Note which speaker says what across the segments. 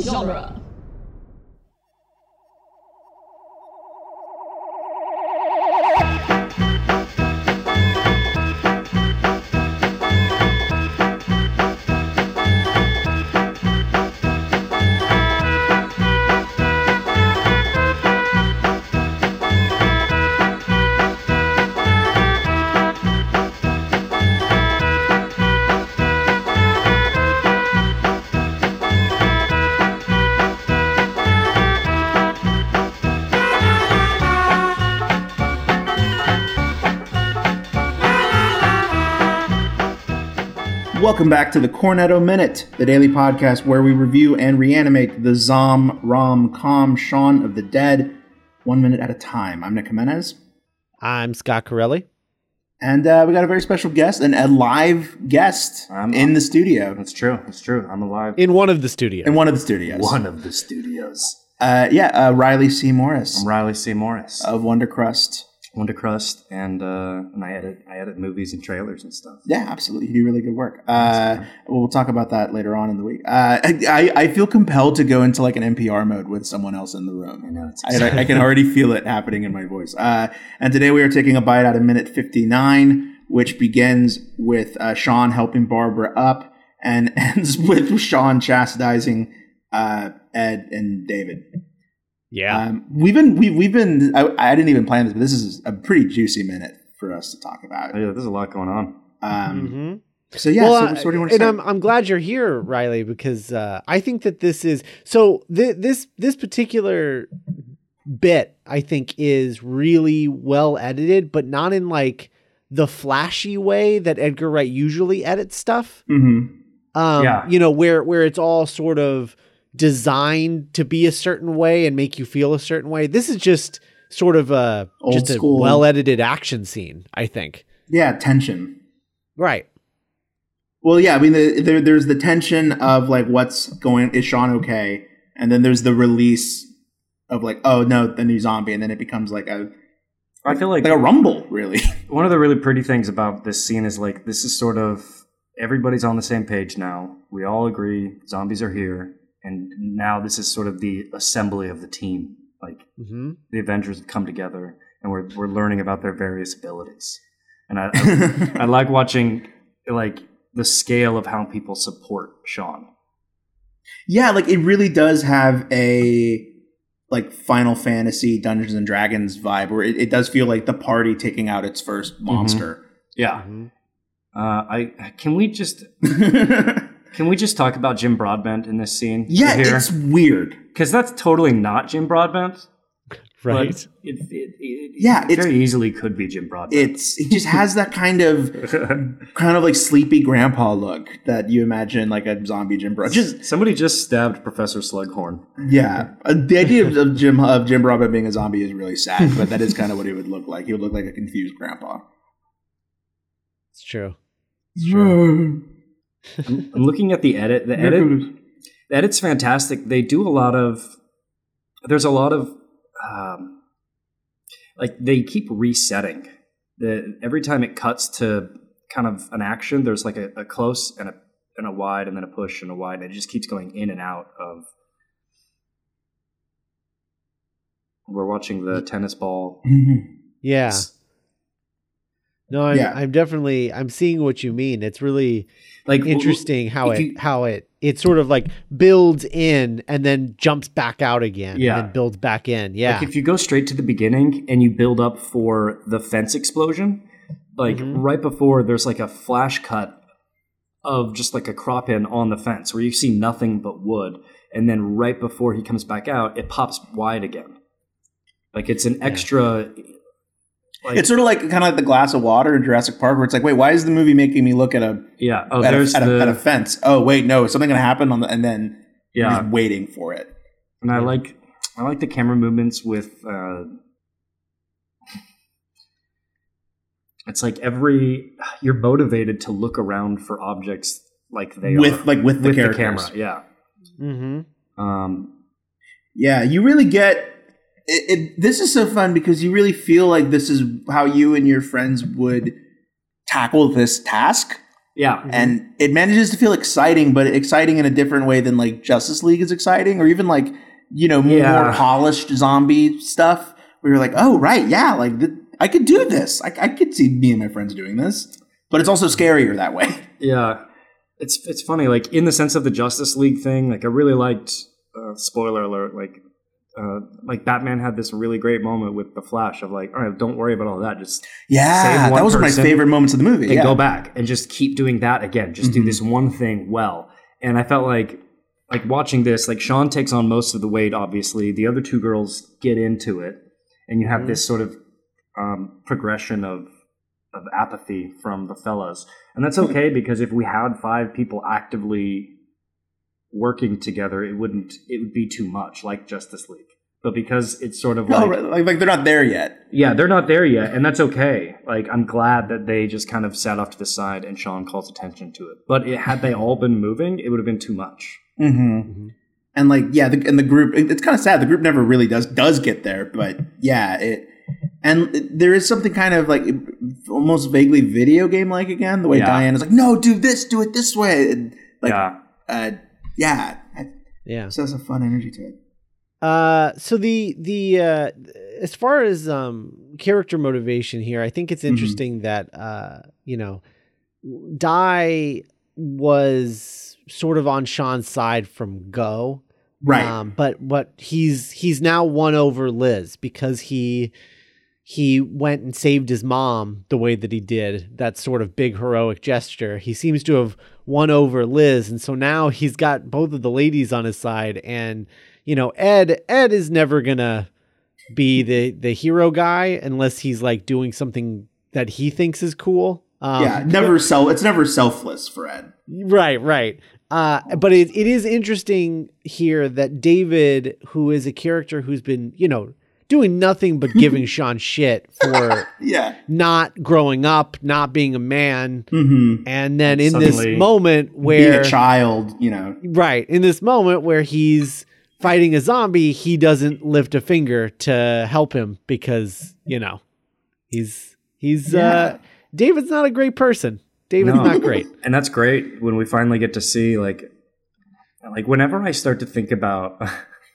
Speaker 1: genre.
Speaker 2: Welcome back to the Cornetto Minute, the daily podcast where we review and reanimate the Zom, Rom, Com, Shaun of the Dead, one minute at a time. I'm Nick Jimenez,
Speaker 3: I'm Scott Corelli.
Speaker 2: and uh, we got a very special guest, an a live guest
Speaker 4: I'm-
Speaker 2: in the studio,
Speaker 4: That's true. That's true. I'm alive.
Speaker 3: In one of the studios.
Speaker 2: in one of the studios.
Speaker 4: One of the studios.
Speaker 2: Uh, yeah, uh, Riley C. Morris
Speaker 4: I'm Riley C. Morris
Speaker 2: of Wondercrust.
Speaker 4: Wondercrust, and uh, and I edit I edit movies and trailers and stuff.
Speaker 2: Yeah, absolutely. You do really good work. Uh, we'll talk about that later on in the week. Uh, I, I feel compelled to go into like an NPR mode with someone else in the room.
Speaker 4: I know it's
Speaker 2: I, I- I can already feel it happening in my voice. Uh, and today we are taking a bite out of minute 59, which begins with uh, Sean helping Barbara up and ends with Sean chastising uh, Ed and David.
Speaker 3: yeah.
Speaker 2: Um, we've been, we've, we've been, I, I didn't even plan this, but this is a pretty juicy minute for us to talk about.
Speaker 4: Oh, yeah, there's a lot going on.
Speaker 2: Um,
Speaker 3: Mhm.
Speaker 2: So, yeah,
Speaker 3: well,
Speaker 2: so, so what do you want to
Speaker 3: and
Speaker 2: say?
Speaker 3: I'm I'm glad you're here, Riley, because uh, I think that this is so. Th- this this particular bit, I think, is really well edited, but not in like the flashy way that Edgar Wright usually edits stuff.
Speaker 2: Mhm.
Speaker 3: um,
Speaker 4: Yeah.
Speaker 3: you know where where it's all sort of designed to be a certain way and make you feel a certain way this is just sort of a
Speaker 2: Old
Speaker 3: just
Speaker 2: school.
Speaker 3: a well edited action scene i think
Speaker 2: Yeah, tension.
Speaker 3: right
Speaker 2: Well, yeah, I mean, the, there, there's the tension of like, what's going? Is Sean okay? And then there's the release of like, oh no, the new zombie, and then it becomes like a
Speaker 4: I feel like
Speaker 2: like a rumble, really.
Speaker 4: one of the really pretty things about this scene is like this is sort of everybody's on the same page now. We all agree zombies are here, and now this is sort of the assembly of the team. Like
Speaker 3: mm-hmm.
Speaker 4: the Avengers have come together, and we're we're learning about their various abilities. And I, I
Speaker 2: yeah,
Speaker 4: I like watching like the scale of how people support Sean.
Speaker 2: like it really does have a like Final Fantasy Dungeons and Dragons vibe, where it, it does feel like the party taking out its first monster.
Speaker 4: Yeah. Uh, I can we just can we just talk about Jim Broadbent in this scene?
Speaker 2: yeah, it's weird.
Speaker 4: because that's totally not Jim Broadbent. but
Speaker 3: right
Speaker 4: it, it, it, it
Speaker 2: Yeah, it's-
Speaker 4: very easily could be Jim Broadbent.
Speaker 2: It's it just has that kind of kind of like sleepy grandpa look that you imagine like a zombie Jim Broadbent. Just
Speaker 4: Somebody just stabbed Professor Slughorn.
Speaker 2: yeah, Uh, the idea of, of Jim of Jim Broadbent being a zombie is really sad, but that is kind of what he would look like. He would look like a confused grandpa.
Speaker 3: it's true
Speaker 4: I'm, I'm looking at the edit. The edit the edit's fantastic. They do a lot of. There's a lot of, um, like they keep resetting. The every time it cuts to kind of an action, there's like a, a close and a and a wide and then a push and a wide. And it just keeps going in and out of. We're watching the tennis ball.
Speaker 3: yeah no I'm,
Speaker 2: Yeah.
Speaker 3: I'm definitely i'm seeing what you mean it's really
Speaker 4: Like
Speaker 3: interesting how
Speaker 4: if you-
Speaker 3: it how it it sort of like builds in and then jumps back out again
Speaker 4: Yeah.
Speaker 3: and then builds back in yeah
Speaker 4: Like if you go straight to the beginning and you build up for the fence explosion, like
Speaker 2: Mm-hmm.
Speaker 3: Mhm.
Speaker 4: right before there's like a flash cut of just like a crop in on the fence where you see nothing but wood, and then right before he comes back out, it pops wide again. Like it's an extra. Like,
Speaker 2: It's sort of like kind of like the glass of water in Jurassic Park, where it's like, wait, why is the movie making me look at a
Speaker 4: yeah. Oh,
Speaker 2: at, a,
Speaker 4: there's
Speaker 2: at,
Speaker 4: the
Speaker 2: a, at a fence? Oh wait, no, is something going to happen on the and then you're
Speaker 4: yeah,
Speaker 2: just waiting for it.
Speaker 4: and I like I like the camera movements with. Uh, it's like every you're motivated to look around for objects like they
Speaker 2: with
Speaker 4: are
Speaker 2: like with the
Speaker 4: with the
Speaker 2: characters.
Speaker 4: camera. Yeah.
Speaker 3: mm-hmm.
Speaker 4: Um,
Speaker 2: Yeah, you really get it, it. This is so fun because you really feel like this is how you and your friends would tackle this task.
Speaker 4: Yeah.
Speaker 2: and it manages to feel exciting, but exciting in a different way than like Justice League is exciting, or even like you know more
Speaker 4: Yeah.
Speaker 2: polished zombie stuff. Where you're like, oh right, yeah, like th- I could do this. I, I could see me and my friends doing this, but it's also scarier that way.
Speaker 4: Yeah, it's it's funny. Like in the sense of the Justice League thing, like I really liked. Uh, spoiler alert! Like, uh, like Batman had this really great moment with the Flash of like, all right, don't worry about all that. Just
Speaker 2: Yeah,
Speaker 4: Save one
Speaker 2: that was one of my
Speaker 4: person
Speaker 2: favorite moments of the movie.
Speaker 4: and
Speaker 2: yeah.
Speaker 4: go back and just keep doing that again. Just do
Speaker 2: Mhm.
Speaker 4: this one thing well. And I felt like like watching this, like Sean takes on most of the weight, obviously. The other two girls get into it, and you have
Speaker 2: Mm-hmm.
Speaker 3: Mhm.
Speaker 4: this sort of um, progression of of apathy from the fellas. And that's
Speaker 2: Hmm.
Speaker 4: okay because if we had five people actively working together, it wouldn't it would be too much, like Justice League. But because it's sort of
Speaker 2: No,
Speaker 4: like
Speaker 2: right, like, like they're not there yet.
Speaker 4: yeah, they're not there yet, and that's okay. Like, I'm glad that they just kind of sat off to the side and Sean calls attention to it. But it, had they all been moving, it would have been too much.
Speaker 2: Mm-hmm.
Speaker 3: Mhm.
Speaker 2: And like, yeah, the, and the group. it- it's kind of sad. The group never really does does get there, but yeah, it. And it- there is something kind of like almost vaguely video game like again. The way
Speaker 4: Yeah.
Speaker 2: Diane is like, "No, do this, do it this way." And like, yeah, uh, yeah, it
Speaker 3: Yeah.
Speaker 2: just has a fun energy to it.
Speaker 3: Uh, so the the uh, as far as um character motivation here, I think it's
Speaker 2: Mhm.
Speaker 3: interesting that uh you know, Die was sort of on Sean's side from go.
Speaker 2: Right.
Speaker 3: Um, but what he's he's now won over Liz because he he went and saved his mom the way that he did that sort of big heroic gesture. He seems to have won over Liz, and so now he's got both of the ladies on his side. And you know, Ed Ed is never gonna be the the hero guy unless he's like doing something that he thinks is cool. Um,
Speaker 2: yeah. Never self. It's never selfless for Ed.
Speaker 3: Right, right. Uh, but it, it is interesting here that David, who is a character who's been, you know, doing nothing but giving Sean shit for
Speaker 2: Yeah.
Speaker 3: not growing up, not being a man,
Speaker 2: Mm-hmm.
Speaker 3: and then in
Speaker 4: And
Speaker 3: this
Speaker 4: suddenly
Speaker 3: moment
Speaker 2: Being
Speaker 3: where,
Speaker 2: a child, you know.
Speaker 3: right, in this moment where he's fighting a zombie, he doesn't lift a finger to help him because you know he's he's uh, David's not a great person. David's
Speaker 4: No.
Speaker 3: not great.
Speaker 4: And that's great when we finally get to see, like, like whenever I start to think about,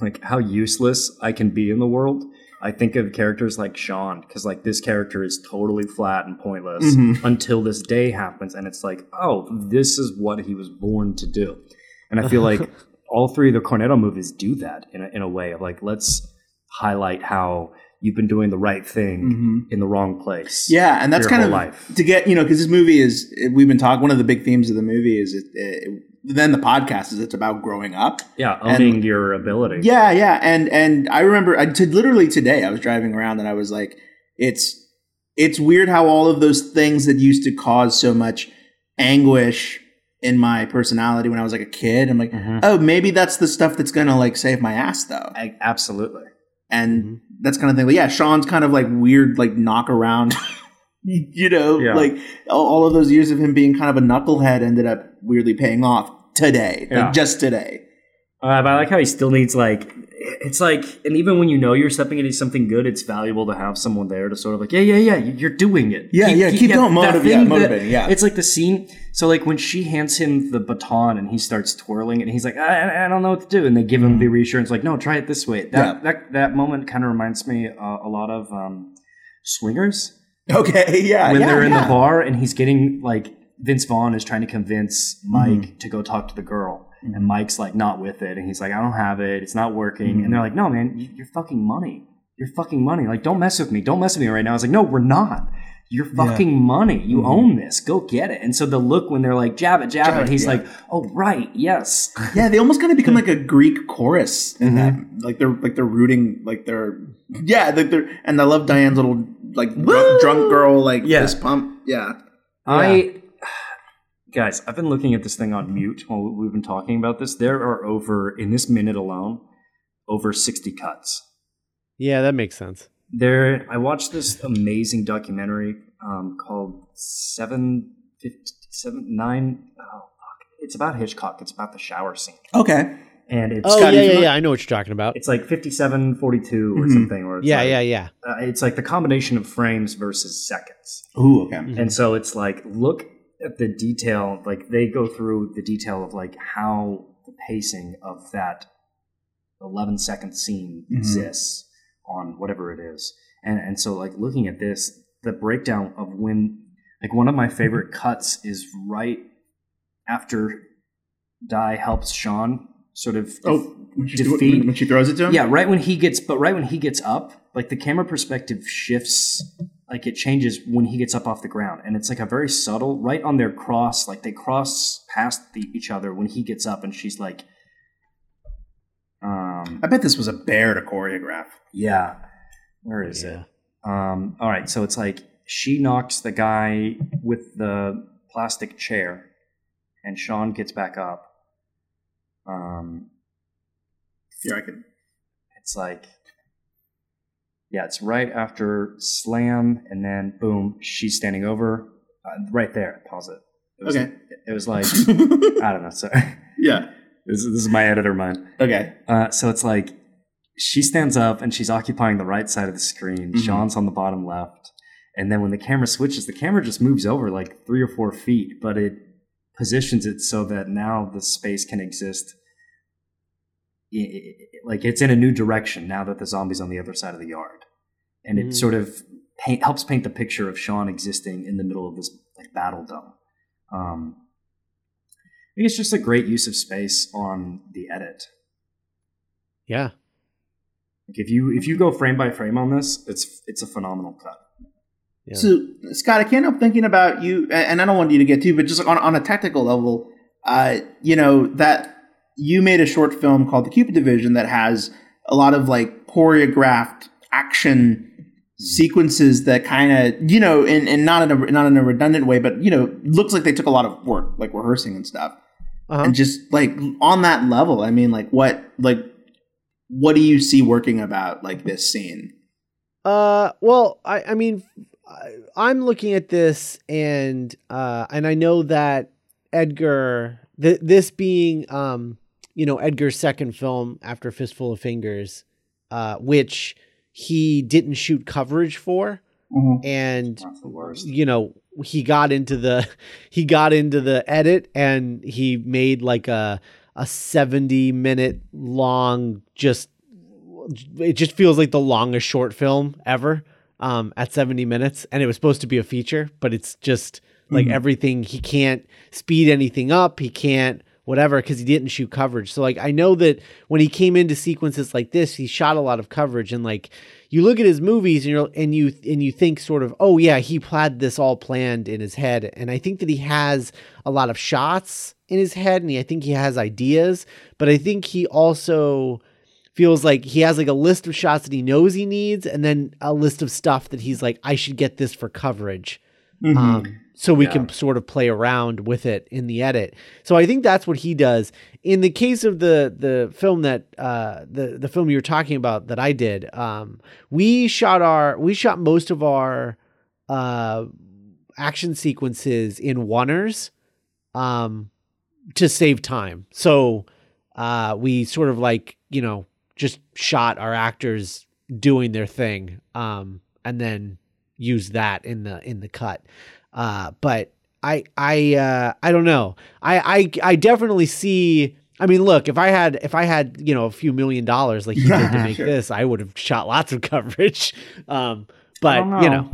Speaker 4: like, how useless I can be in the world, I think of characters like Sean, because, like, this character is totally flat and pointless
Speaker 2: Mhm.
Speaker 4: until this day happens. And it's like, oh, this is what he was born to do. And I feel like all three of the Cornetto movies do that in a, in a way of like, let's highlight how you've been doing the right thing
Speaker 2: Mm-hmm.
Speaker 4: in the wrong place.
Speaker 2: Yeah, and that's
Speaker 4: your
Speaker 2: kind of
Speaker 4: whole life.
Speaker 2: to get you know because this movie is we've been talking. One of the big themes of the movie is it, it, then the podcast is it's about growing up.
Speaker 4: Yeah.
Speaker 2: And-
Speaker 4: Owning your ability.
Speaker 2: Yeah, yeah, and and I remember I, to, literally today I was driving around and I was like, it's it's weird how all of those things that used to cause so much anguish in my personality when I was like a kid. I'm like,
Speaker 4: Mhm.
Speaker 2: oh, maybe that's the stuff that's gonna like save my ass though,
Speaker 4: I, absolutely.
Speaker 2: and
Speaker 4: Mm-hmm.
Speaker 3: Mhm.
Speaker 2: that's kind of thing. But yeah, Sean's kind of like weird, like knock around. you know,
Speaker 4: Yeah.
Speaker 2: like all, all of those years of him being kind of a knucklehead ended up weirdly paying off today, like
Speaker 4: Yeah.
Speaker 2: just today.
Speaker 4: Uh, but I like how he still needs like it's like, and even when you know you're stepping into something good, it's valuable to have someone there to sort of like, yeah, yeah, yeah, you- you're doing it.
Speaker 2: Yeah, yeah, keep going,
Speaker 4: that
Speaker 2: motiv- yeah,
Speaker 4: thing that-
Speaker 2: motivating, yeah.
Speaker 4: it's like the scene. So like when she hands him the baton and he starts twirling, and he's like, I, I- I don't know what to do, and they give him the reassurance, like, no, try it this way. That
Speaker 2: Yeah.
Speaker 4: that that moment kind of reminds me uh, a lot of um, swingers
Speaker 2: Okay, Uh, yeah,
Speaker 4: when
Speaker 2: yeah,
Speaker 4: they're in
Speaker 2: yeah.
Speaker 4: the bar and he's getting like Vince Vaughn is trying to convince
Speaker 2: Mm-hmm.
Speaker 4: Mike to go talk to the girl, and Mike's like not with it, and he's like, I don't have it, it's not working, and
Speaker 2: Mm-hmm.
Speaker 4: they're like, No, man, you, you're fucking money, you're fucking money, like don't mess with me, don't mess with me right now. I was like, No, we're not. You're fucking money. You own this. Go get it. And so the look when they're like jab it, jab,
Speaker 2: Mm-hmm. Jab
Speaker 4: it.
Speaker 2: it,
Speaker 4: He's
Speaker 2: yeah.
Speaker 4: like, oh right, yes.
Speaker 2: Yeah, they almost kind of become like a Greek chorus,
Speaker 4: Mm-hmm.
Speaker 2: in that. like they're like they're rooting, like they're yeah, like they're and I love Diane's little like drunk, drunk girl like
Speaker 4: Yeah.
Speaker 2: fist pump, yeah,
Speaker 4: I guys, I've been looking at this thing on mute while we've been talking about this. There are over in this minute alone over sixty cuts.
Speaker 3: Yeah, that makes sense.
Speaker 4: There, I watched this amazing documentary um, called Seven Fifty Seven Nine. Oh fuck! It's about Hitchcock. It's about the shower scene,
Speaker 2: okay,
Speaker 4: and it's
Speaker 3: Oh
Speaker 2: Scotty,
Speaker 3: yeah,
Speaker 2: do you
Speaker 3: yeah,
Speaker 2: know-
Speaker 3: yeah. I know what you're talking about.
Speaker 4: it's like fifty-seven forty-two or
Speaker 2: Mhm.
Speaker 4: something. Or it's
Speaker 3: Yeah,
Speaker 4: like,
Speaker 3: yeah, yeah.
Speaker 4: Uh, it's like the combination of frames versus seconds.
Speaker 2: ooh, okay,
Speaker 3: Mhm.
Speaker 4: And so it's like, look at the detail, like they go through the detail of like how the pacing of that 11 second scene
Speaker 2: Mhm.
Speaker 4: exists on whatever it is. And, and so like looking at this, the breakdown of when, like one of my favorite cuts is right after Di helps Sean sort of
Speaker 2: Oh, when she, threw-
Speaker 4: Defeat-
Speaker 2: when she throws it to him.
Speaker 4: yeah, right when he gets, but right when he gets up, like the camera perspective shifts, like it changes when he gets up off the ground, and it's like a very subtle, right on their cross, like they cross past the, each other when he gets up, and she's like, um,
Speaker 2: I bet this was a bear to choreograph.
Speaker 4: yeah, where is it? Um, all right, so it's like she knocks the guy with the plastic chair, and Sean gets back up. Um,
Speaker 2: Here I can.
Speaker 4: It's like, yeah, it's right after slam, and then boom, she's standing over, uh, right there. Pause it. it was,
Speaker 2: Okay.
Speaker 4: It was like
Speaker 2: uh,
Speaker 4: I don't know. Sorry,
Speaker 2: yeah.
Speaker 4: this, is- this is my editor mind.
Speaker 2: Okay.
Speaker 4: Uh, so it's like she stands up and she's occupying the right side of the screen.
Speaker 2: Mhm.
Speaker 4: Sean's on the bottom left, and then when the camera switches, the camera just moves over like three or four feet, but it positions it so that now the space can exist. i- i- i- Like it's in a new direction now that the zombie's on the other side of the yard, and it
Speaker 3: Mm.
Speaker 4: sort of paint, helps paint the picture of Sean existing in the middle of this like battle dome. Um, I think it's just a great use of space on the edit.
Speaker 3: Yeah.
Speaker 4: Like if you if you go frame by frame on this, it's it's a phenomenal cut.
Speaker 3: Yeah.
Speaker 2: So Scott, I can't help thinking about you, a- and I don't want you to get too, but just on on a technical level, uh, you know that you made a short film called The Cupid Division that has a lot of like choreographed action sequences that kind of you know, and and not in a not in a redundant way, but you know, looks like they took a lot of work, like rehearsing and stuff.
Speaker 3: Uh-huh.
Speaker 2: and just like on that level i mean like what like what do you see working about like this scene
Speaker 3: Uh, well, I, I mean, I, I'm looking at this, and uh, and I know that Edgar, th- this being um, you know, Edgar's second film after Fistful of Fingers, uh, which he didn't shoot coverage for,
Speaker 4: Mm-hmm.
Speaker 3: and
Speaker 4: That's the worst.
Speaker 3: you know he got into the he got into the edit and he made like a a 70 minute long just it just feels like the longest short film ever um at 70 minutes and it was supposed to be a feature but it's just like
Speaker 2: Mhm.
Speaker 3: everything he can't speed anything up he can't whatever cuz he didn't shoot coverage so like i know that when he came into sequences like this he shot a lot of coverage and like you look at his movies and you are and you and you think sort of oh yeah he had this all planned in his head and i think that he has a lot of shots in his head and he, i think he has ideas but i think he also feels like he has like a list of shots that he knows he needs and then a list of stuff that he's like i should get this for coverage
Speaker 2: Mm-hmm.
Speaker 3: um, so we
Speaker 4: Yeah.
Speaker 3: can sort of play around with it in the edit. So I think that's what he does. In the case of the the film that uh, the the film you were talking about that I did, um, we shot our we shot most of our uh, action sequences in oneers um, to save time. So uh, we sort of like you know just shot our actors doing their thing um, and then use that in the in the cut. Uh, but I I uh, I don't know. I, I I definitely see. I mean, look if I had if I had you know a few million dollars like he did to make
Speaker 2: Sure.
Speaker 3: this, I would have shot lots of coverage. Um, but you know,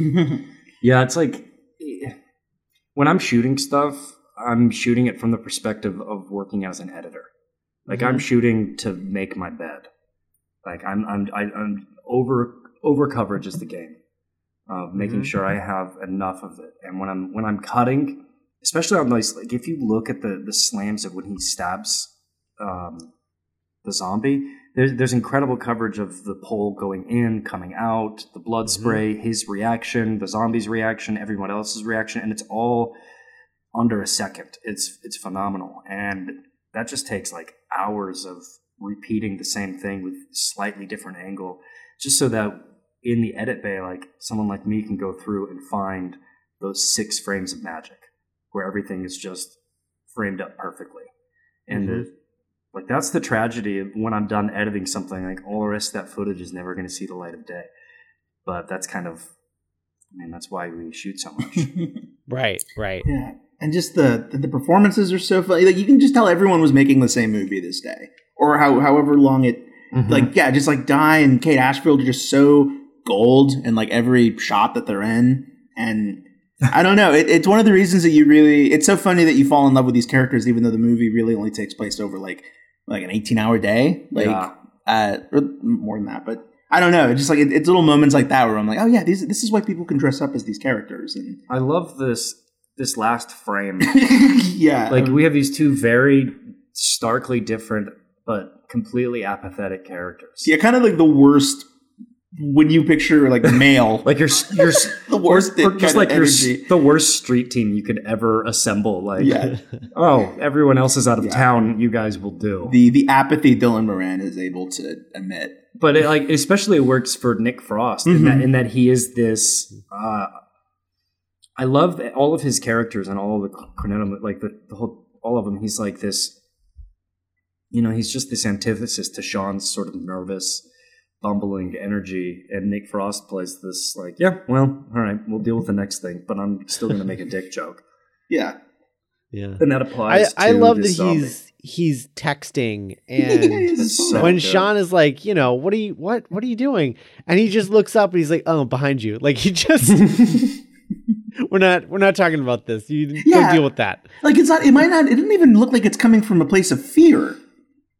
Speaker 4: yeah, it's like eh, when I'm shooting stuff, I'm shooting it from the perspective of working as an editor. Like
Speaker 3: Mm-hmm.
Speaker 4: I'm shooting to make my bed. Like I'm I'm I, I'm over over coverage is the game of making
Speaker 3: Mhm.
Speaker 4: sure I have enough of it. And when I'm when I'm cutting, especially on those like if you look at the the slams of when he stabs um, the zombie, there's there's incredible coverage of the pole going in, coming out, the blood spray, his reaction, the zombie's reaction, everyone else's reaction, and it's all under a second. It's it's phenomenal, and that just takes like hours of repeating the same thing with slightly different angle, just so that in the edit bay, like someone like me can go through and find those six frames of magic where everything is just framed up perfectly, and the, like that's the tragedy of when I'm done editing something, like all the rest of that footage is never going to see the light of day. But that's kind of mean, that's why we shoot so much.
Speaker 3: Mm-hmm. Right, right.
Speaker 2: Yeah, and just the the performances are so funny. Like you can just tell everyone was making the same movie this day, or how however long it.
Speaker 4: Mm-hmm.
Speaker 2: Like yeah, just like Di and Kate Ashfield are just so gold, and like every shot that they're in, and I don't know. It, it's one of the reasons that you really. It's so funny that you fall in love with these characters, even though the movie really only takes place over like like an eighteen hour day, like
Speaker 4: Yeah.
Speaker 2: uh, or more than that, but. I don't know. It's just like it, it's little moments like that where I'm like, oh yeah, these, this is why people can dress up as these characters, and
Speaker 4: I love this this last frame.
Speaker 2: yeah,
Speaker 4: like we have these two very starkly different but completely apathetic characters.
Speaker 2: Yeah, kind of like the worst when you picture like male,
Speaker 4: Like you're s- you're s-
Speaker 2: the worst.
Speaker 4: or
Speaker 2: kind
Speaker 4: just like
Speaker 2: of
Speaker 4: your s-
Speaker 2: energy.
Speaker 4: the worst street team you could ever assemble. Like,
Speaker 2: yeah,
Speaker 4: oh, everyone else is out of
Speaker 2: Yeah.
Speaker 4: town. You guys will do.
Speaker 2: the the apathy Dylan Moran is able to emit.
Speaker 4: but it, like, especially it works for Nick Frost in, that,
Speaker 3: Mm-hmm.
Speaker 2: Mhm.
Speaker 4: in that he is this. Uh, I love that all of his characters and all of the chrononym, like the, the whole, all of them. He's like this. You know, he's just this antithesis to Sean's sort of nervous, bumbling energy, and Nick Frost plays this like, yeah, well, all right, we'll deal with the next thing, but I'm still going to make a dick joke.
Speaker 2: Yeah,
Speaker 3: Yeah.
Speaker 4: And that
Speaker 3: I,
Speaker 4: applies.
Speaker 3: I
Speaker 4: to um,
Speaker 3: love that
Speaker 4: this
Speaker 3: he's
Speaker 4: zombie.
Speaker 3: he's texting
Speaker 2: It's
Speaker 3: and
Speaker 4: so-
Speaker 3: when
Speaker 4: good.
Speaker 3: Sean is like, you know, what are you what what are you doing? And he just looks up and he's like, oh, behind you. Like he just we're not we're not talking about this. You
Speaker 2: Yeah.
Speaker 3: don't deal with that.
Speaker 2: like it's not. It might not. It didn't even look like it's coming from a place of fear.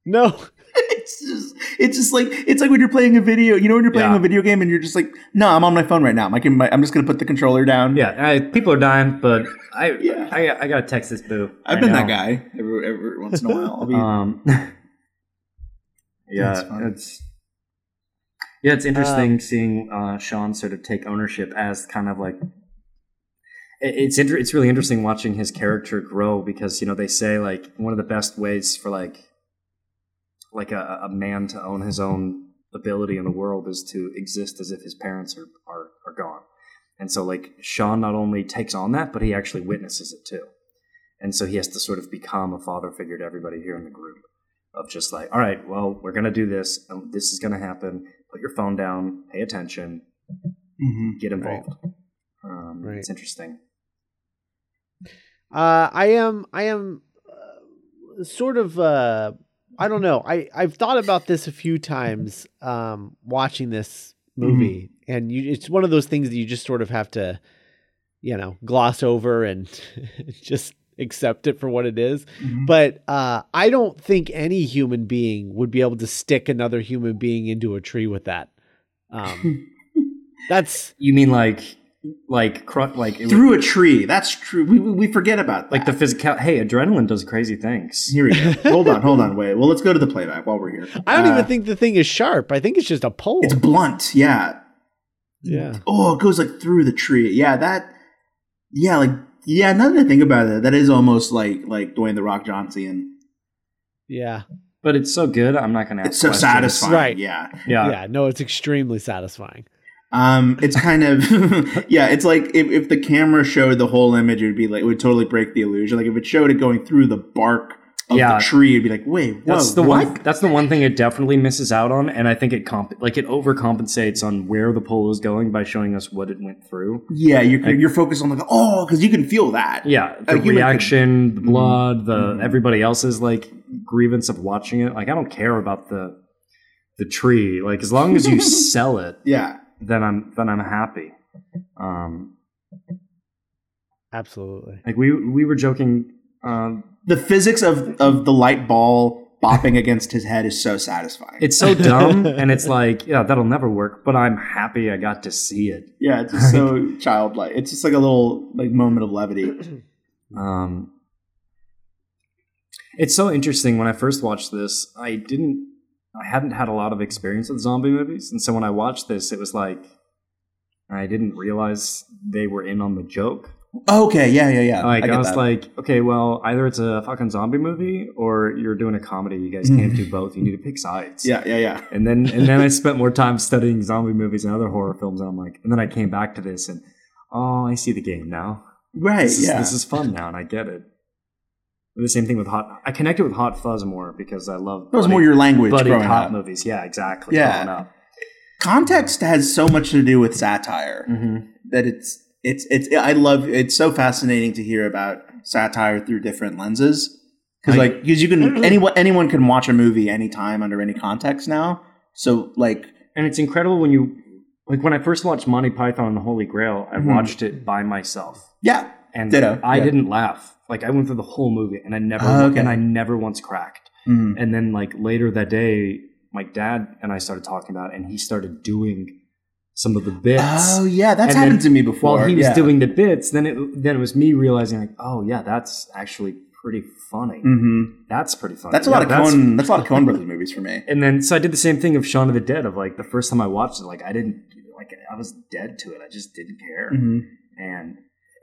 Speaker 3: No.
Speaker 2: It's just, it's just like it's like when you're playing a video. You know, when you're playing
Speaker 4: Yeah.
Speaker 2: a video game and you're just like, no, I'm on my phone right now. I'm, like, in my- I'm just gonna put the controller down.
Speaker 4: yeah, I, people are dying, but I
Speaker 2: Yeah.
Speaker 4: I, I gotta text this boo.
Speaker 2: I've
Speaker 4: I
Speaker 2: been that
Speaker 4: know.
Speaker 2: guy every, every once in a while. I'll be,
Speaker 4: Um,
Speaker 2: That's
Speaker 4: yeah,
Speaker 2: fun.
Speaker 4: it's yeah, it's interesting seeing uh, Sean sort of take ownership as kind of like it- it's inter- it's really interesting watching his character grow because you know they say like one of the best ways for like like a, a man to own his own ability in the world is to exist as if his parents are, are are gone and so like sean not only takes on that but he actually witnesses it too and so he has to sort of become a father figure to everybody here in the group of just like all right well we're gonna do this and this is gonna happen put your phone down pay attention
Speaker 2: Mhm.
Speaker 4: get
Speaker 3: Right.
Speaker 4: involved um,
Speaker 3: Right.
Speaker 4: it's interesting
Speaker 3: Uh, I am. I am uh, sort of. Uh, I don't know. I I've thought about this a few times um, watching this
Speaker 2: Mm-hmm.
Speaker 3: movie, and you, it's one of those things that you just sort of have to, you know, gloss over and just accept it for what it is.
Speaker 2: Mhm.
Speaker 3: But uh, I don't think any human being would be able to stick another human being into a tree with that. Um, that's
Speaker 4: You mean like like cru- like it would-
Speaker 2: through a tree. That's true. We, we we forget about that.
Speaker 4: like the physical? Hey, adrenaline does crazy things.
Speaker 2: Here we go. Hold on, hold on, wait. Well, let's go to the playback while we're here.
Speaker 3: I don't
Speaker 2: Uh,
Speaker 3: even think the thing is sharp. I think it's just a pole.
Speaker 2: it's blunt. Yeah.
Speaker 3: yeah.
Speaker 2: Oh, it goes like through the tree. Yeah, that. Yeah, like yeah. Now that I think about it, that is almost like like Dwayne the Rock Johnson.
Speaker 3: Yeah.
Speaker 4: But it's so good. I'm not gonna. Ask
Speaker 2: It's so
Speaker 4: questions.
Speaker 2: satisfying.
Speaker 3: Right.
Speaker 2: Yeah.
Speaker 4: Yeah.
Speaker 3: yeah, no, it's extremely satisfying.
Speaker 2: Um. It's kind of yeah. It's like if, if the camera showed the whole image, it would be like it would totally break the illusion. Like if it showed it going through the bark of
Speaker 4: Yeah.
Speaker 2: the tree, it'd be like, wait, whoa,
Speaker 4: That's the
Speaker 2: what?
Speaker 4: one. That's the one thing it definitely misses out on, and I think it comp like it overcompensates on where the pole is going by showing us what it went through.
Speaker 2: Yeah, you're
Speaker 4: Like-
Speaker 2: you're focused on like oh, because you can feel that.
Speaker 4: Yeah,
Speaker 2: A
Speaker 4: the
Speaker 2: human could-
Speaker 4: reaction, the blood, the
Speaker 2: Mhm.
Speaker 4: everybody else's like grievance of watching it. Like I don't care about the the tree. Like as long as you sell it,
Speaker 2: Yeah.
Speaker 4: then I'm then I'm happy. Um,
Speaker 3: Absolutely.
Speaker 4: like we we were joking. Um,
Speaker 2: the physics of of the light ball bopping against his head is so satisfying.
Speaker 4: It's so dumb, and it's like, yeah, that'll never work. But I'm happy I got to see it.
Speaker 2: yeah, it's just so childlike. It's just like a little like moment of levity.
Speaker 4: Um, it's so interesting. When I first watched this, I didn't, I hadn't had a lot of experience with zombie movies, and so when I watched this, it was like, I didn't realize they were in on the joke.
Speaker 2: Okay, yeah, yeah, yeah.
Speaker 4: Like I,
Speaker 2: get
Speaker 4: was
Speaker 2: that.
Speaker 4: like, okay, well, either it's a fucking zombie movie or you're doing a comedy. You guys can't do both. You need to pick sides.
Speaker 2: Mm-hmm. yeah, yeah, yeah.
Speaker 4: And then and then I spent more time studying zombie movies and other horror films, and I'm like, and then I came back to this, and oh, I see the game now.
Speaker 2: Right,
Speaker 4: This is,
Speaker 2: yeah.
Speaker 4: this is fun now, and I get it. The same thing with hot. I connected with Hot Fuzz more because I love
Speaker 2: that was more your language
Speaker 4: buddy
Speaker 2: growing
Speaker 4: cop
Speaker 2: up.
Speaker 4: movies. Yeah, exactly.
Speaker 2: Yeah.
Speaker 4: growing up.
Speaker 2: context has so much to do with satire
Speaker 4: Mhm.
Speaker 2: that it's it's it's I love it's so fascinating to hear about satire through different lenses because
Speaker 4: I-
Speaker 2: like because you can anyone anyone can watch a movie anytime under any context now so like
Speaker 4: And it's incredible when you like when I first watched Monty Python and the Holy Grail, I
Speaker 2: Mhm.
Speaker 4: watched it by myself.
Speaker 2: yeah
Speaker 4: And
Speaker 2: Ditto,
Speaker 4: I
Speaker 2: yeah.
Speaker 4: didn't laugh. Like I went through the whole movie and I never
Speaker 2: Oh, okay.
Speaker 4: and I never once cracked.
Speaker 2: Mm.
Speaker 4: And then like later that day, my dad and I started talking about it and he started doing some of the bits.
Speaker 2: oh yeah that's
Speaker 4: And
Speaker 2: happened
Speaker 4: then
Speaker 2: to me before
Speaker 4: While he was
Speaker 2: yeah.
Speaker 4: doing the bits, then it then it was me realizing like, oh yeah, that's actually pretty funny.
Speaker 2: hmm
Speaker 4: That's pretty funny.
Speaker 2: that's a
Speaker 4: Yeah,
Speaker 2: lot of Coen that's a lot of Coen Brothers movies for me
Speaker 4: And then so I did the same thing of Shaun of the Dead of like the first time I watched it, like I didn't like I was dead to it. I just didn't care.
Speaker 2: Mhm.
Speaker 4: And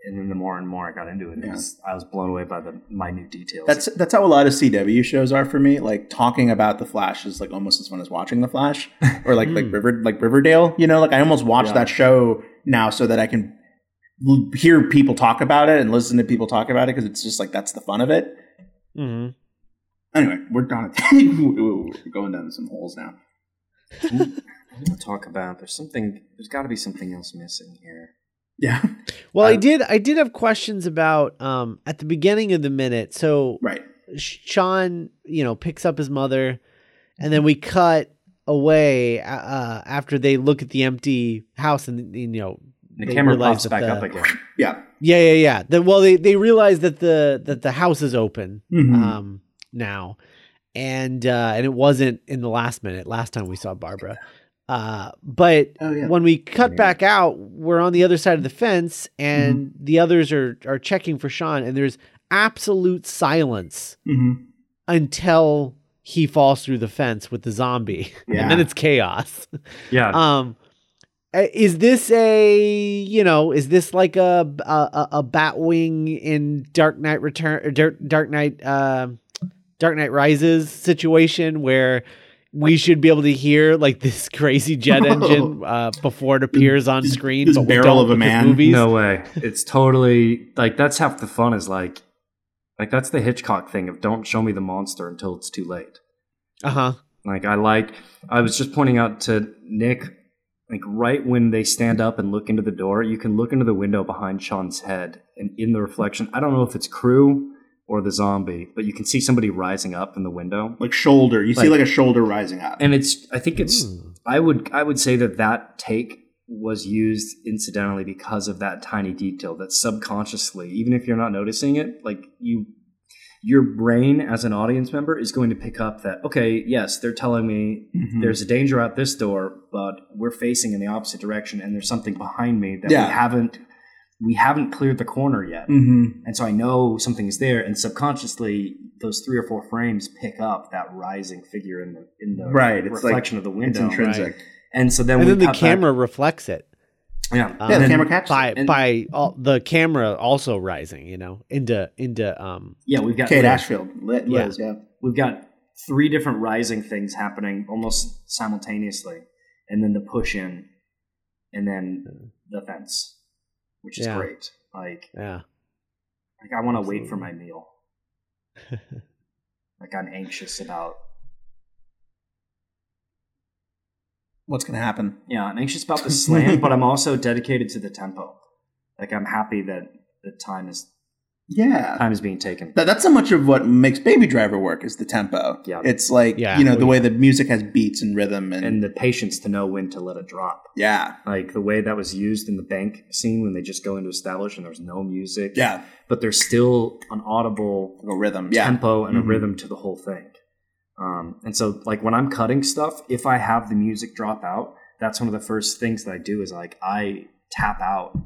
Speaker 4: and then the more and more I got into it, it
Speaker 2: Yeah.
Speaker 4: was, I was blown away by the minute details.
Speaker 2: That's that's how a lot of CW shows are for me. Like talking about the Flash is like almost as fun as watching the Flash, or like like
Speaker 3: Mm.
Speaker 2: River like Riverdale. You know, like I almost watch
Speaker 4: Hmm. Yeah.
Speaker 2: that show now so that I can l- hear people talk about it and listen to people talk about it because it's just like that's the fun of it.
Speaker 3: Mm-hmm.
Speaker 2: Anyway, we're done. we're going down some holes now.
Speaker 4: I want to talk about. There's something. There's got to be something else missing here.
Speaker 2: Yeah,
Speaker 3: Well, I
Speaker 4: Uh,
Speaker 3: did. I did have questions about um, at the beginning of the minute. So
Speaker 2: right.
Speaker 3: Sean, you know, picks up his mother, and then we cut away uh, after they look at the empty house, and you know,
Speaker 4: The
Speaker 3: They
Speaker 4: camera
Speaker 3: realize
Speaker 4: pops
Speaker 3: that
Speaker 4: back
Speaker 3: the-
Speaker 4: up again.
Speaker 2: Yeah.
Speaker 3: yeah, yeah, yeah. The, well, they they realize that the that the house is open
Speaker 2: Mhm.
Speaker 4: Uh,
Speaker 3: um, now, and uh, and it wasn't in the last minute last time we saw Barbara, uh, but
Speaker 2: oh yeah. Mm-hmm.
Speaker 3: when we cut
Speaker 4: Yeah.
Speaker 3: back out, we're on the other side of the fence, and the others are are checking for Sean, and there's absolute silence
Speaker 2: Mhm.
Speaker 3: until he falls through the fence with the zombie, and then
Speaker 2: Yeah.
Speaker 3: it's chaos.
Speaker 4: Yeah,
Speaker 3: Um, uh, is this a you know is this like a a, a, a Batwing in Dark Knight Return or Dark Dark Knight uh, Dark Knight Rises situation where we should be able to hear like this crazy jet engine uh, before it appears on
Speaker 2: This-
Speaker 3: screen?
Speaker 2: this
Speaker 3: but we
Speaker 2: barrel
Speaker 3: don't
Speaker 2: of a
Speaker 3: because
Speaker 2: man.
Speaker 3: Movies.
Speaker 4: no way. It's totally like that's half the fun. Is like, like that's the Hitchcock thing of don't show me the monster until it's too late.
Speaker 3: Uh huh.
Speaker 4: Like I like. I was just pointing out to Nick, like right when they stand up and look into the door, you can look into the window behind Sean's head, and in the reflection, I don't know if it's crew or the zombie, but you can see somebody rising up in the window.
Speaker 2: Like shoulder. You see
Speaker 4: Like-
Speaker 2: like a shoulder rising up.
Speaker 4: and it's i think it's
Speaker 3: Ooh.
Speaker 4: i would i would say that that take was used incidentally because of that tiny detail that subconsciously even if you're not noticing it like you your brain as an audience member is going to pick up that okay yes they're telling me
Speaker 2: Mhm.
Speaker 4: there's a danger out this door but we're facing in the opposite direction and there's something behind me that
Speaker 2: Yeah.
Speaker 4: we haven't we haven't cleared the corner yet
Speaker 2: Mhm.
Speaker 4: and so I know something is there, and subconsciously, those three or four frames pick up that rising figure in the in the
Speaker 2: Right, it's
Speaker 4: reflection of the
Speaker 2: It's
Speaker 4: window.
Speaker 2: intrinsic.
Speaker 4: And so then
Speaker 3: And
Speaker 4: we
Speaker 3: then the
Speaker 4: cut back-
Speaker 3: camera reflects it.
Speaker 4: yeah,
Speaker 3: Um,
Speaker 2: Yeah,
Speaker 4: and
Speaker 2: the
Speaker 4: then-
Speaker 2: camera catches.
Speaker 3: by
Speaker 4: and-
Speaker 3: by all, the camera also rising, you know, into into um
Speaker 4: yeah, we've got
Speaker 2: Kate
Speaker 4: yeah,
Speaker 2: Ashfield. Li-
Speaker 3: Yeah.
Speaker 2: Liz, yeah.
Speaker 4: we've got three different rising things happening almost simultaneously, and then the push in, and then the fence, which is
Speaker 3: Yeah.
Speaker 4: great. Like,
Speaker 3: yeah.
Speaker 4: like I want to wait for my
Speaker 3: Absolutely.
Speaker 4: meal. like I'm anxious about
Speaker 2: What's gonna happen?
Speaker 4: Yeah, I'm anxious about the slam, but I'm also dedicated to the tempo. Like I'm happy that the time is
Speaker 2: Yeah.
Speaker 4: time is being taken.
Speaker 2: That, that's so much of what makes Baby Driver work is the tempo.
Speaker 4: Yeah.
Speaker 2: It's like,
Speaker 3: Yeah.
Speaker 2: you know, the
Speaker 3: Oh,
Speaker 2: way the music has beats and rhythm and,
Speaker 4: And the patience to know when to let it drop.
Speaker 2: yeah.
Speaker 4: Like the way that was used in the bank scene when they just go into establish and there's no music.
Speaker 2: Yeah.
Speaker 4: But there's still an audible
Speaker 2: Like a rhythm. Yeah.
Speaker 4: tempo and
Speaker 2: Mhm.
Speaker 4: a rhythm to the whole thing. Um, and so like when I'm cutting stuff, if I have the music drop out, that's one of the first things that I do is like I tap out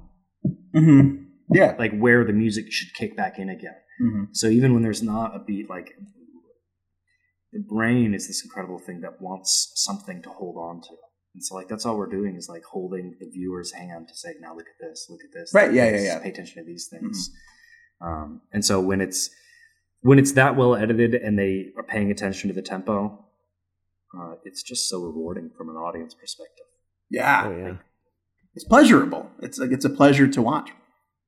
Speaker 2: Mm-hmm. Yeah.
Speaker 4: like where the music should kick back in again.
Speaker 2: Mhm.
Speaker 4: So even when there's not a beat, like the brain is this incredible thing that wants something to hold on to. And so like that's all we're doing is like holding the viewer's hand to say, now look at this, look at this.
Speaker 2: Right,
Speaker 4: look at
Speaker 2: yeah, yeah,
Speaker 4: this,
Speaker 2: yeah.
Speaker 4: Pay attention to these things. Um, and so when it's when it's that well edited and they are paying attention to the tempo, uh, it's just so rewarding from an audience perspective.
Speaker 2: Yeah.
Speaker 3: Oh yeah.
Speaker 2: It's pleasurable. It's like, it's a pleasure to watch.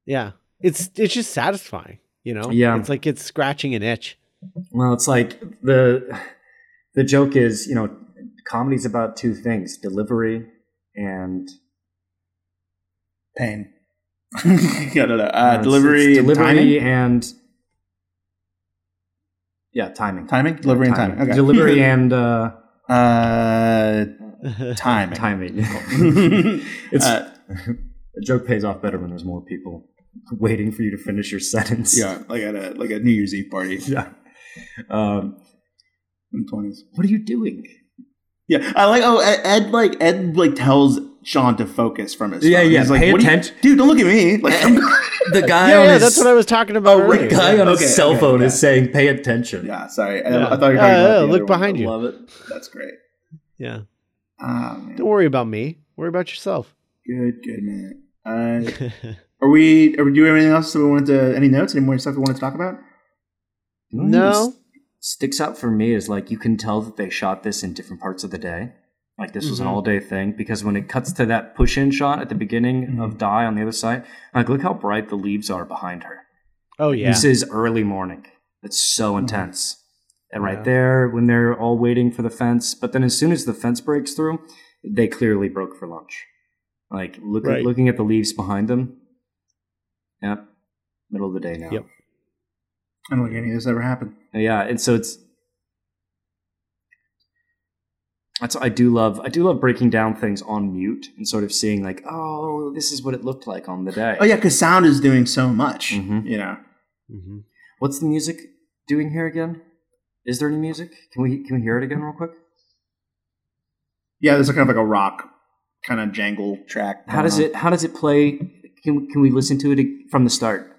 Speaker 3: Yeah. It's it's just satisfying, you know?
Speaker 4: Yeah.
Speaker 3: It's like it's scratching an itch.
Speaker 4: Well, it's like the the joke is, you know, comedy's about two things: delivery and
Speaker 2: pain. yeah, no, no. Uh,
Speaker 4: No, it's-
Speaker 2: delivery,
Speaker 4: it's
Speaker 2: and
Speaker 4: delivery
Speaker 2: timing?
Speaker 4: and yeah, timing,
Speaker 2: timing, delivery, and timing. Okay.
Speaker 4: delivery and uh,
Speaker 2: uh, timing. Uh,
Speaker 4: timing.
Speaker 2: it's
Speaker 4: it's a joke pays off better when there's more people waiting for you to finish your sentence.
Speaker 2: yeah, like at a like a New Year's Eve party
Speaker 4: yeah. Um,
Speaker 2: in twenties.
Speaker 4: what are you doing?
Speaker 2: Yeah, I like. Oh, Ed, Ed like Ed like tells Sean to focus from his.
Speaker 4: Yeah,
Speaker 2: phone.
Speaker 4: yeah,
Speaker 2: He's like,
Speaker 4: pay
Speaker 2: "What do you-
Speaker 4: attention."
Speaker 2: dude. Don't look at me. Like,
Speaker 4: The guy
Speaker 3: yeah, yeah, that's what I was talking about.
Speaker 4: The
Speaker 3: earlier.
Speaker 4: guy on
Speaker 2: Okay,
Speaker 4: his cell
Speaker 2: okay,
Speaker 4: phone
Speaker 2: yeah.
Speaker 4: is saying, "Pay attention."
Speaker 2: yeah, sorry. I,
Speaker 3: Yeah.
Speaker 2: I thought you were talking
Speaker 3: Yeah,
Speaker 2: about
Speaker 3: yeah,
Speaker 2: the
Speaker 3: look
Speaker 2: other one.
Speaker 3: behind
Speaker 2: I
Speaker 3: you.
Speaker 2: Love it. That's great.
Speaker 3: Yeah.
Speaker 2: Ah, man.
Speaker 3: Don't worry about me. Worry about yourself.
Speaker 2: Good, good man. Uh, are we? Are we doing anything else that we wanted to? Any notes? Any more stuff we wanted to talk about?
Speaker 4: You know what
Speaker 3: No.
Speaker 4: s- sticks out for me is like you can tell that they shot this in different parts of the day. Like this was an
Speaker 3: Mhm.
Speaker 4: all day thing because when it cuts to that push in shot at the beginning
Speaker 3: Mm-hmm.
Speaker 4: of Die on the other side, like look how bright the leaves are behind her.
Speaker 3: Oh yeah. Mm-hmm.
Speaker 4: This is early morning. It's so intense. And right
Speaker 3: Yeah.
Speaker 4: there, when they're all waiting for the fence, but then as soon as the fence breaks through, they clearly broke for lunch. Like look
Speaker 3: Right.
Speaker 4: looking at the leaves behind them. Yep. Middle of the day now.
Speaker 3: Yep.
Speaker 2: I don't think any of this ever happened.
Speaker 4: Yeah, and so it's that's I do love I do love breaking down things on mute and sort of seeing like oh this is what it looked like on the day.
Speaker 2: Oh yeah, because sound is doing so much.
Speaker 4: Mhm.
Speaker 2: You know.
Speaker 3: hmm
Speaker 4: What's the music doing here again? Is there any music? Can we can we hear it again real quick?
Speaker 2: Yeah, there's a kind of like a rock kind of jangle track.
Speaker 4: How does
Speaker 2: going
Speaker 4: it how does it play? Can can we listen to it ag- from the start?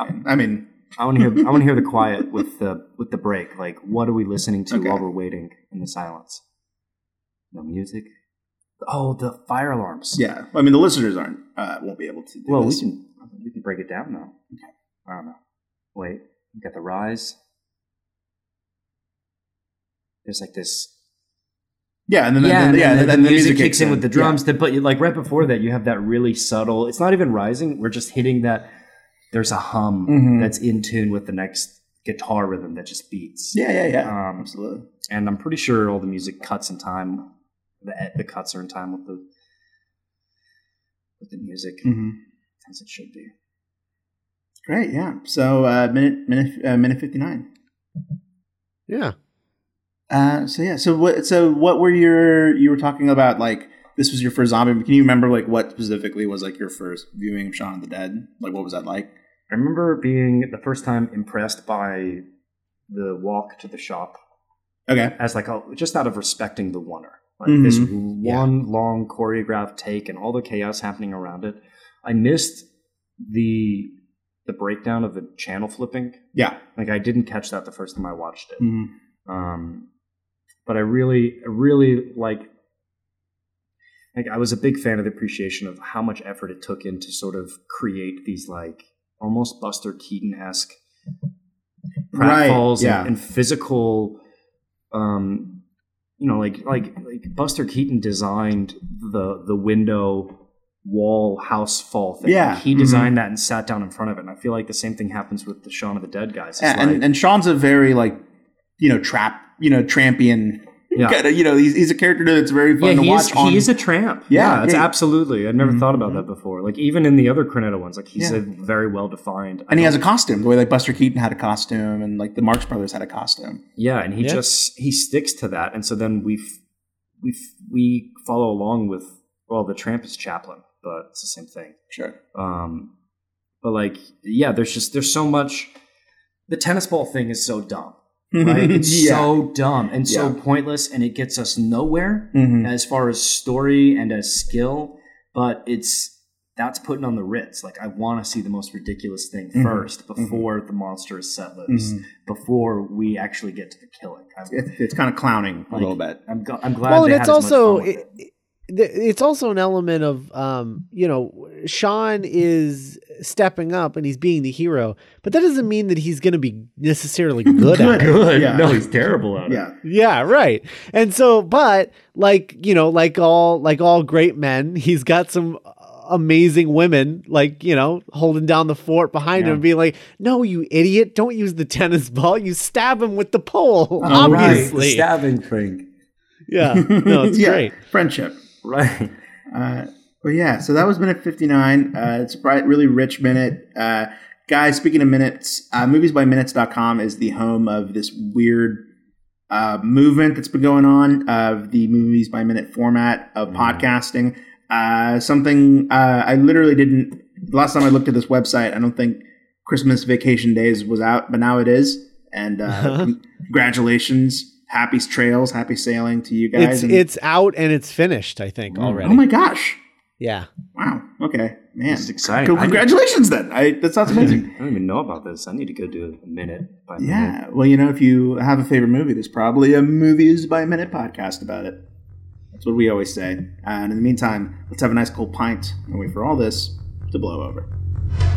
Speaker 2: on. Uh, I mean,
Speaker 4: I want to hear I want to hear the quiet with the with the break. Like what are we listening to
Speaker 2: Okay.
Speaker 4: while we're waiting in the silence? No music. Oh, the fire alarms.
Speaker 2: yeah. I mean, the listeners aren't uh, won't be able to. Do
Speaker 4: Well, we
Speaker 2: this.
Speaker 4: can we can break it down though. Okay. I don't know. Wait, we got the rise. There's like this.
Speaker 2: yeah, and then yeah, then, yeah, then, then the music
Speaker 4: kicks in with the drums. Then, but you- like right before that, you have that really subtle. It's not even rising. We're just hitting that. There's a hum
Speaker 2: Mhm.
Speaker 4: that's in tune with the next guitar rhythm that just beats.
Speaker 2: Yeah, yeah, yeah. yeah.
Speaker 4: Um,
Speaker 2: Absolutely.
Speaker 4: and I'm pretty sure all the music cuts in time. The the cuts are in time with the with the music
Speaker 2: hmm
Speaker 4: as it should be.
Speaker 2: Great. Yeah. So uh, minute minute uh, minute fifty nine.
Speaker 3: Yeah.
Speaker 2: Uh, so yeah. So what? So what were your? You were talking about like this was your first zombie. Can you remember like what specifically was like your first viewing of Shaun of the Dead? Like what was that like?
Speaker 4: I remember being the first time impressed by the walk to the shop
Speaker 2: Okay.
Speaker 4: as like a, just out of respecting the oneer, like
Speaker 2: Mhm.
Speaker 4: this
Speaker 3: Yeah.
Speaker 4: one long choreographed take and all the chaos happening around it. I missed the the breakdown of the channel flipping.
Speaker 2: Yeah.
Speaker 4: Like I didn't catch that the first time I watched it.
Speaker 2: Mhm.
Speaker 4: Um, but I really, I really like. Like I was a big fan of the appreciation of how much effort it took in to sort of create these like almost Buster Keaton esque
Speaker 2: Right,
Speaker 4: pratfalls
Speaker 2: yeah.
Speaker 4: and, and physical, um, you know, like like like Buster Keaton designed the the window wall house fall thing.
Speaker 2: Yeah,
Speaker 4: he
Speaker 2: mhm.
Speaker 4: designed that and sat down in front of it. And I feel like the same thing happens with the Shaun of the Dead guys. It's
Speaker 2: and,
Speaker 4: like-
Speaker 2: and Sean's a very like you know trap you know trampian
Speaker 4: Yeah.
Speaker 2: kinda, you know he's, he's a character that's very fun to
Speaker 4: he
Speaker 2: watch
Speaker 4: Is,
Speaker 2: on
Speaker 4: he is a tramp.
Speaker 2: Yeah,
Speaker 4: Yeah, it's
Speaker 2: yeah.
Speaker 4: absolutely. I'd never
Speaker 2: Mhm,
Speaker 4: thought about
Speaker 2: mhm.
Speaker 4: that before. Like even in the other Cornetto ones, like he's
Speaker 2: Yeah.
Speaker 4: a very well defined.
Speaker 2: and he has a costume the way like Buster Keaton had a costume and like the Marx Brothers had a costume
Speaker 4: yeah, and he
Speaker 3: Yeah.
Speaker 4: just he sticks to that, and so then we f- we f- we follow along with well, the tramp is Chaplin, but it's the same thing.
Speaker 2: sure
Speaker 4: Um, but like yeah, there's just there's so much. The tennis ball thing is so dumb. Right? It's
Speaker 2: yeah
Speaker 4: so dumb and so pointless, and it gets us nowhere.
Speaker 2: Mhm.
Speaker 4: as far as story and as skill, but it's that's putting on the Ritz. Like I want to see the most ridiculous thing
Speaker 2: Mhm.
Speaker 4: first before the monster is set loose,
Speaker 2: Mhm.
Speaker 4: before we actually get to the killing. I'm,
Speaker 2: It- it's kind of clowning a
Speaker 4: Like-
Speaker 2: little bit
Speaker 4: I'm, gl- I'm glad.
Speaker 3: Well, and
Speaker 4: they
Speaker 3: it's
Speaker 4: had as much
Speaker 3: also
Speaker 4: fun with
Speaker 3: it, it, it's also an element of um, you know, Sean is stepping up and he's being the hero, but that doesn't mean that he's going to be necessarily good at it.
Speaker 4: good.
Speaker 2: Yeah.
Speaker 4: No, he's terrible at it.
Speaker 2: yeah
Speaker 3: Yeah, right. And so, but like you know, like all like all great men, he's got some uh, amazing women, like you know, holding down the fort behind
Speaker 4: Yeah.
Speaker 3: him, being like, "No, you idiot! Don't use the tennis ball. You stab him with the pole."
Speaker 2: Oh,
Speaker 4: All right, the
Speaker 3: obviously,
Speaker 4: stabbing thing.
Speaker 3: yeah. No, it's
Speaker 2: Yeah.
Speaker 3: great.
Speaker 2: friendship
Speaker 4: Right.
Speaker 2: Uh, but yeah, so that was minute 59. Uh, it's a bright, really rich minute. Uh, guys, speaking of minutes, uh, moviesbyminutes.com is the home of this weird uh, movement that's been going on of the movies by minute format of
Speaker 3: Mm-hmm.
Speaker 2: podcasting. Uh, something uh, I literally didn't, last time I looked at this website, I don't think Christmas Vacation Days was out, but now it is. And uh, congratulations. Happy trails, happy sailing to you guys.
Speaker 3: It's
Speaker 2: and-
Speaker 3: it's out and it's finished. I think already.
Speaker 2: Oh my gosh.
Speaker 3: yeah.
Speaker 2: Wow. Okay. Man.
Speaker 4: This is exciting.
Speaker 2: Co-
Speaker 4: I-
Speaker 2: Congratulations then. I, that sounds
Speaker 4: I
Speaker 2: amazing.
Speaker 4: don't even know about this. I need to go do a minute by minute.
Speaker 2: yeah. Well, you know, if you have a favorite movie, there's probably a movies by minute podcast about it. That's what we always say. And in the meantime, let's have a nice cold pint and wait for all this to blow over.